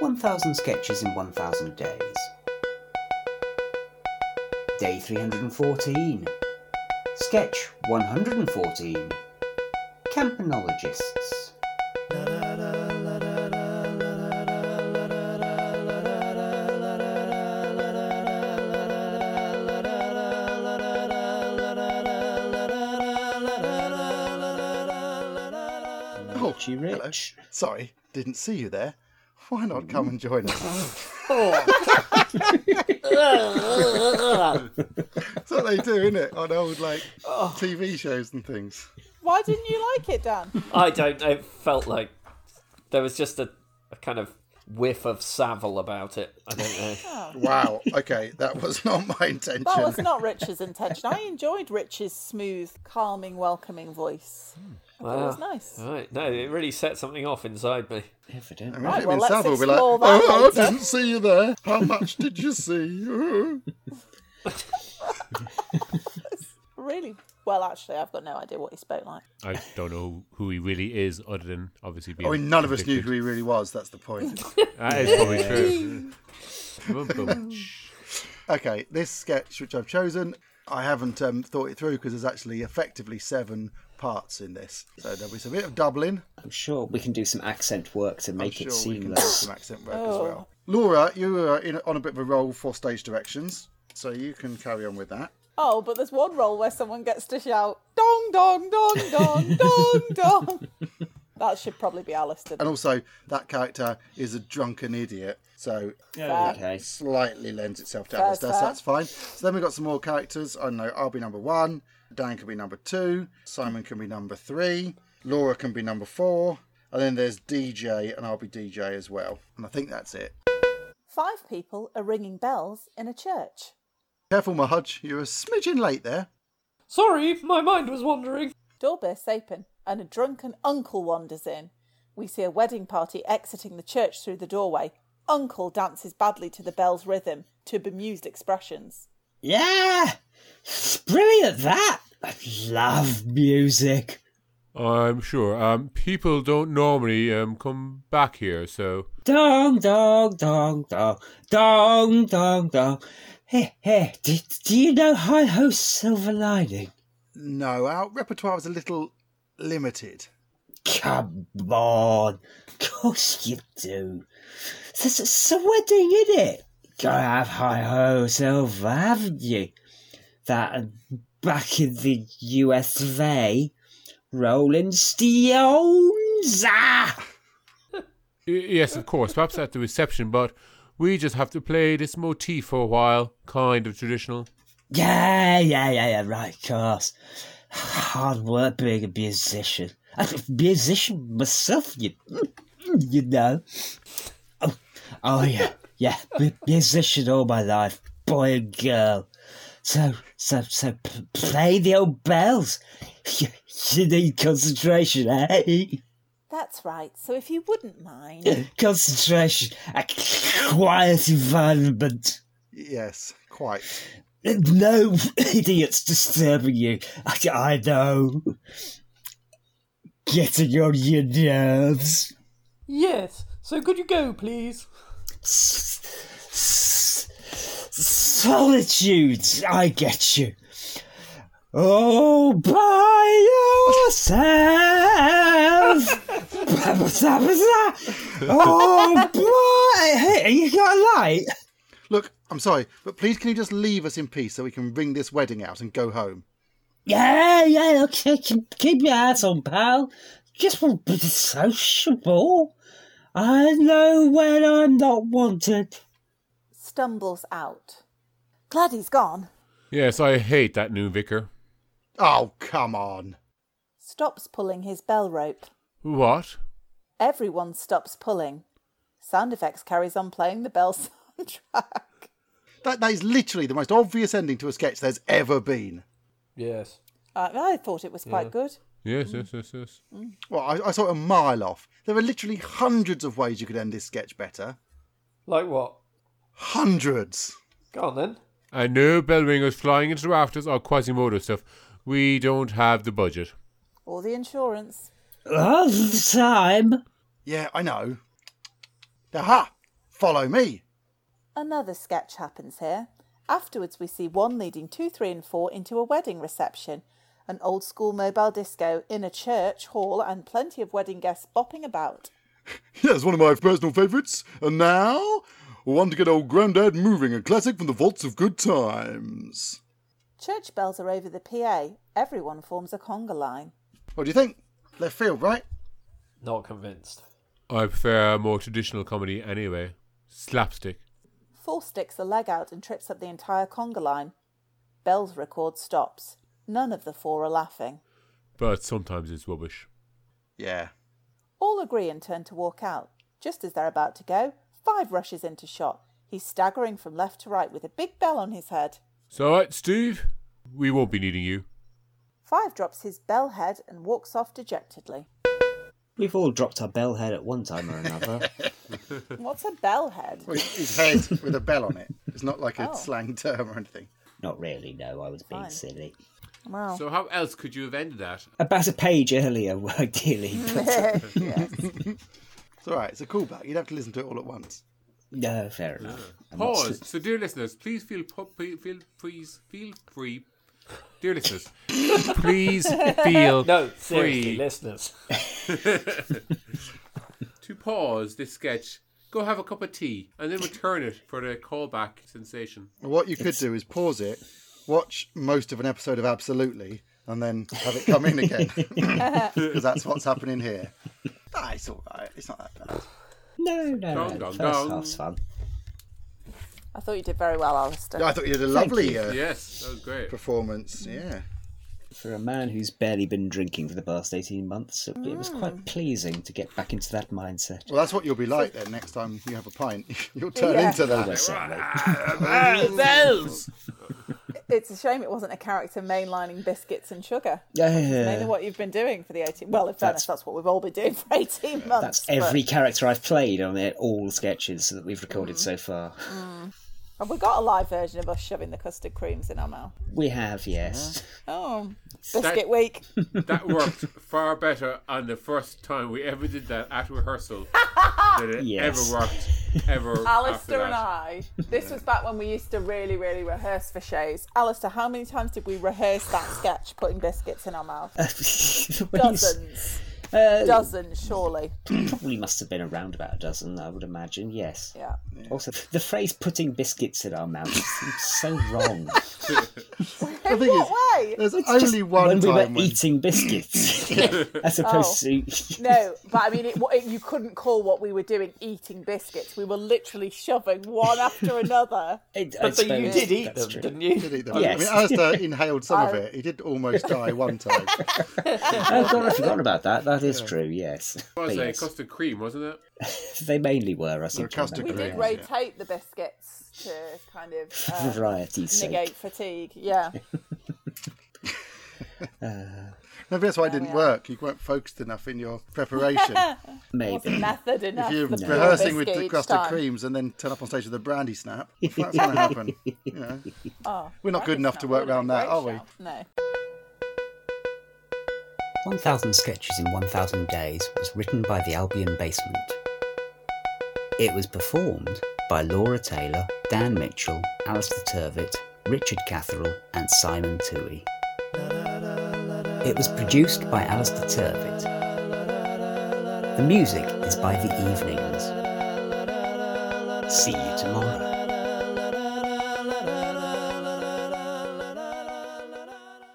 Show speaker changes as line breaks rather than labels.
1000 Sketches in 1000 Days. Day 314. Sketch 114. Campanologists.
Richie Rich.
Sorry, didn't see you there. Why not come and join us? That's what they do, isn't it? On old like
Oh.
TV shows and things.
Why didn't you like it, Dan?
I don't know. It felt like there was just a, a kind of whiff of Savile about it. I don't know.
Wow. Okay, that was not my intention.
That was not Rich's intention. I enjoyed Rich's smooth, calming, welcoming voice. I thought it
Hmm.
was
Wow.
nice.
Right. No, it really set something off inside me.
I
Evidently.
mean,
Right,
if it
well,
been
let's
Savile, we'd be like,
explore that
oh,
later."
I didn't see you there. How much did you see?
Really well, actually, I've got no idea what he spoke like.
I don't know who he really is, other than obviously being.
I mean, none of us knew
convicted.
who he really was. That's the point.
That is probably true. Bum-bum.
Okay, this sketch which I've chosen, I haven't um, thought it through because there's actually effectively seven parts in this. So there'll be some bit of Dublin.
I'm sure we can do some accent work to make
I'm
it
sure we can do
seamless.
some accent work as well. Laura, you were in, on a bit of a roll for stage directions, so you can carry on with that.
Oh, but there's one role where someone gets to shout "dong dong dong dong dong dong." That should probably be Alistair.
And also, that character is a drunken idiot, so
Fair.
Okay.
slightly lends itself to
Fair,
Alistair,
fair.
so that's fine. So then we've got some more characters. I don't know, I'll be number one, Dan can be number two, Simon can be number three, Laura can be number four, and then there's DJ, and I'll be DJ as well. And I think that's it.
Five people are ringing bells in a church.
Careful, Mahudge, you're a smidgen late there.
Sorry, my mind was wandering.
Doorbursts open and a drunken uncle wanders in. We see a wedding party exiting the church through the doorway. Uncle dances badly to the bell's rhythm to bemused expressions.
Yeah! Brilliant that! I love music.
I'm sure. Um, people don't normally um come back here, so
Dong dong dong dong dong dong dong. Hey hey, do, do you know Hi Ho Silver Lining?
No, our repertoire was a little limited.
Come on, of course you do. There's a, it's a wedding in it. Gotta have Hi Ho Silver, haven't you? That and back in the US of A, Rolling Stones. Ah!
Y- yes, of course. Perhaps at the reception, but we just have to play this motif for a while, kind of traditional.
Yeah, yeah, yeah, yeah, right, of course. Hard work being a musician. I'm a musician myself, you, you know. Oh, oh yeah, yeah, mu- musician all my life, boy and girl. So, so, so, p- play the old bells. You, you need concentration, eh?
That's right, so if you wouldn't mind.
Concentration, a quiet environment.
Yes, quite.
No idiots disturbing you. I, I know. Getting on your nerves.
Yes. So could you go, please?
S- s- Solitude, I get you. All by yourself. Blah, blah, blah, blah, blah. All by. Hey, you got a light?
Look, I'm sorry, but please can you just leave us in peace so we can ring this wedding out and go home?
Yeah, yeah, okay, keep, keep your hat on, pal. Just want to be sociable. I know when I'm not wanted.
Stumbles out. Glad he's gone.
Yes, I hate that new vicar.
Oh, come on.
Stops pulling his bell rope.
What?
Everyone stops pulling. Sound effects carries on playing the bell soundtrack.
That, that is literally the most obvious ending to a sketch there's ever been.
Yes.
Uh, I thought it was quite good.
Yes, yes, yes, yes.
Well, I, I saw it a mile off. There are literally hundreds of ways you could end this sketch better.
Like what?
Hundreds!
Go on then.
And no bell ringers flying into the rafters or Quasimodo stuff. We don't have the budget.
Or the insurance.
All the time.
Yeah, I know. Aha! Follow me.
Another sketch happens here. Afterwards, we see one leading two, three, and four into a wedding reception, an old school mobile disco in a church hall, and plenty of wedding guests bopping about.
Yeah, it's one of my personal favourites. And now, one to get old Grandad moving, a classic from the vaults of good times.
Church bells are over the PA. Everyone forms a conga line.
What do you think? Left field, right?
Not convinced.
I prefer more traditional comedy anyway. Slapstick.
Four sticks a leg out and trips up the entire conga line. Bell's record stops. None of the four are laughing.
But sometimes it's rubbish.
Yeah.
All agree and turn to walk out. Just as they're about to go, Five rushes into shot. He's staggering from left to right with a big bell on his head.
So, alright, Steve, we won't be needing you.
Five drops his bell head and walks off dejectedly.
We've all dropped our bell head at one time or another.
What's a bell head?
Well, his head with a bell on it. It's not like a
Oh.
slang term or anything.
Not really, no, I was being
Fine.
silly.
Wow.
So, how else could you have ended that?
About a page earlier, ideally. But,
It's all right. It's a callback. You'd have to listen to it all at once.
no, fair enough. I'm not
Pause.
stu-
So, dear listeners, please feel po- pe- feel please feel free. Dear listeners, please feel
No, seriously,
free
listeners.
to pause this sketch. Go have a cup of tea and then return it for the callback sensation.
What you could do is pause it, watch most of an episode of Absolutely, and then have it come in again. Because that's what's happening here. Ah, it's all right. It's not that bad.
No, no, no.
Dong, dong,
First
dong.
half's fun.
I thought you did very well, Alistair.
Yeah, I thought you did a lovely uh,
Yes, that was great.
performance. Yeah.
For a man who's barely been drinking for the past 18 months, it, it was quite pleasing to get back into that mindset.
Well, that's what you'll be like then next time you have a pint. You'll turn
Yeah.
into that.
Almost certainly.
It's a shame it wasn't a character mainlining biscuits and sugar. Mainly
Yeah,
what you've been doing for the 18... Well, in
That's-
fairness, that's what we've all been doing for 18 months.
that's
but-
every character I've played on it, all sketches that we've recorded so
Mm.
far.
And we got a live version of us shoving the custard creams in our mouth.
We have, yes.
Oh,
Start-
biscuit week.
That worked far better on the first time we ever did that at rehearsal than it
Yes.
ever worked ever. after
Alistair
that.
and I. This was back when we used to really, really rehearse for shows. Alistair, how many times did we rehearse that sketch, putting biscuits in our mouth?
When you s-
Dozens.
Uh,
Dozens, surely.
probably must have been around about a dozen, I would imagine, yes.
Yeah.
Also, the phrase putting biscuits in our mouths seems so wrong.
The
In
thing is,
what way?
There's
Just
only one
when we
time
were
when-
eating biscuits, as opposed to.
Oh, No, but I mean, it, it, you couldn't call what we were doing eating biscuits. We were literally shoving one after another.
It- I
But so you
suppose
did eat
that's
them,
true.
didn't you?
did eat them.
Yes.
I mean, Alistair inhaled some of it. He did almost die one time.
Oh god, I forgot about that. That is true. Yes,
It was
But
a
yes,
custard cream, wasn't it?
they mainly were. I think
custard
We did
Great,
rotate the biscuits to kind of uh,
varieties.
negate fatigue. Yeah.
Maybe that's why it didn't
are.
work. You weren't focused enough in your preparation.
Wasn't
Maybe
method enough.
if you're
the pure
rehearsing with
biscuit
the
each
crusted
time.
creams and then turn up on stage with a brandy snap, that's going to happen. You know.
Oh,
We're not good enough to work around that, are we?
No.
1000 Sketches in 1000 Days was written by the Albion Basement. It was performed by Laura Taylor, Dan Mitchell, Alistair Turvitt, Richard Catherall, and Simon Toohey. It was produced by Alistair Turvitt. The music is by The Evenings. See you tomorrow.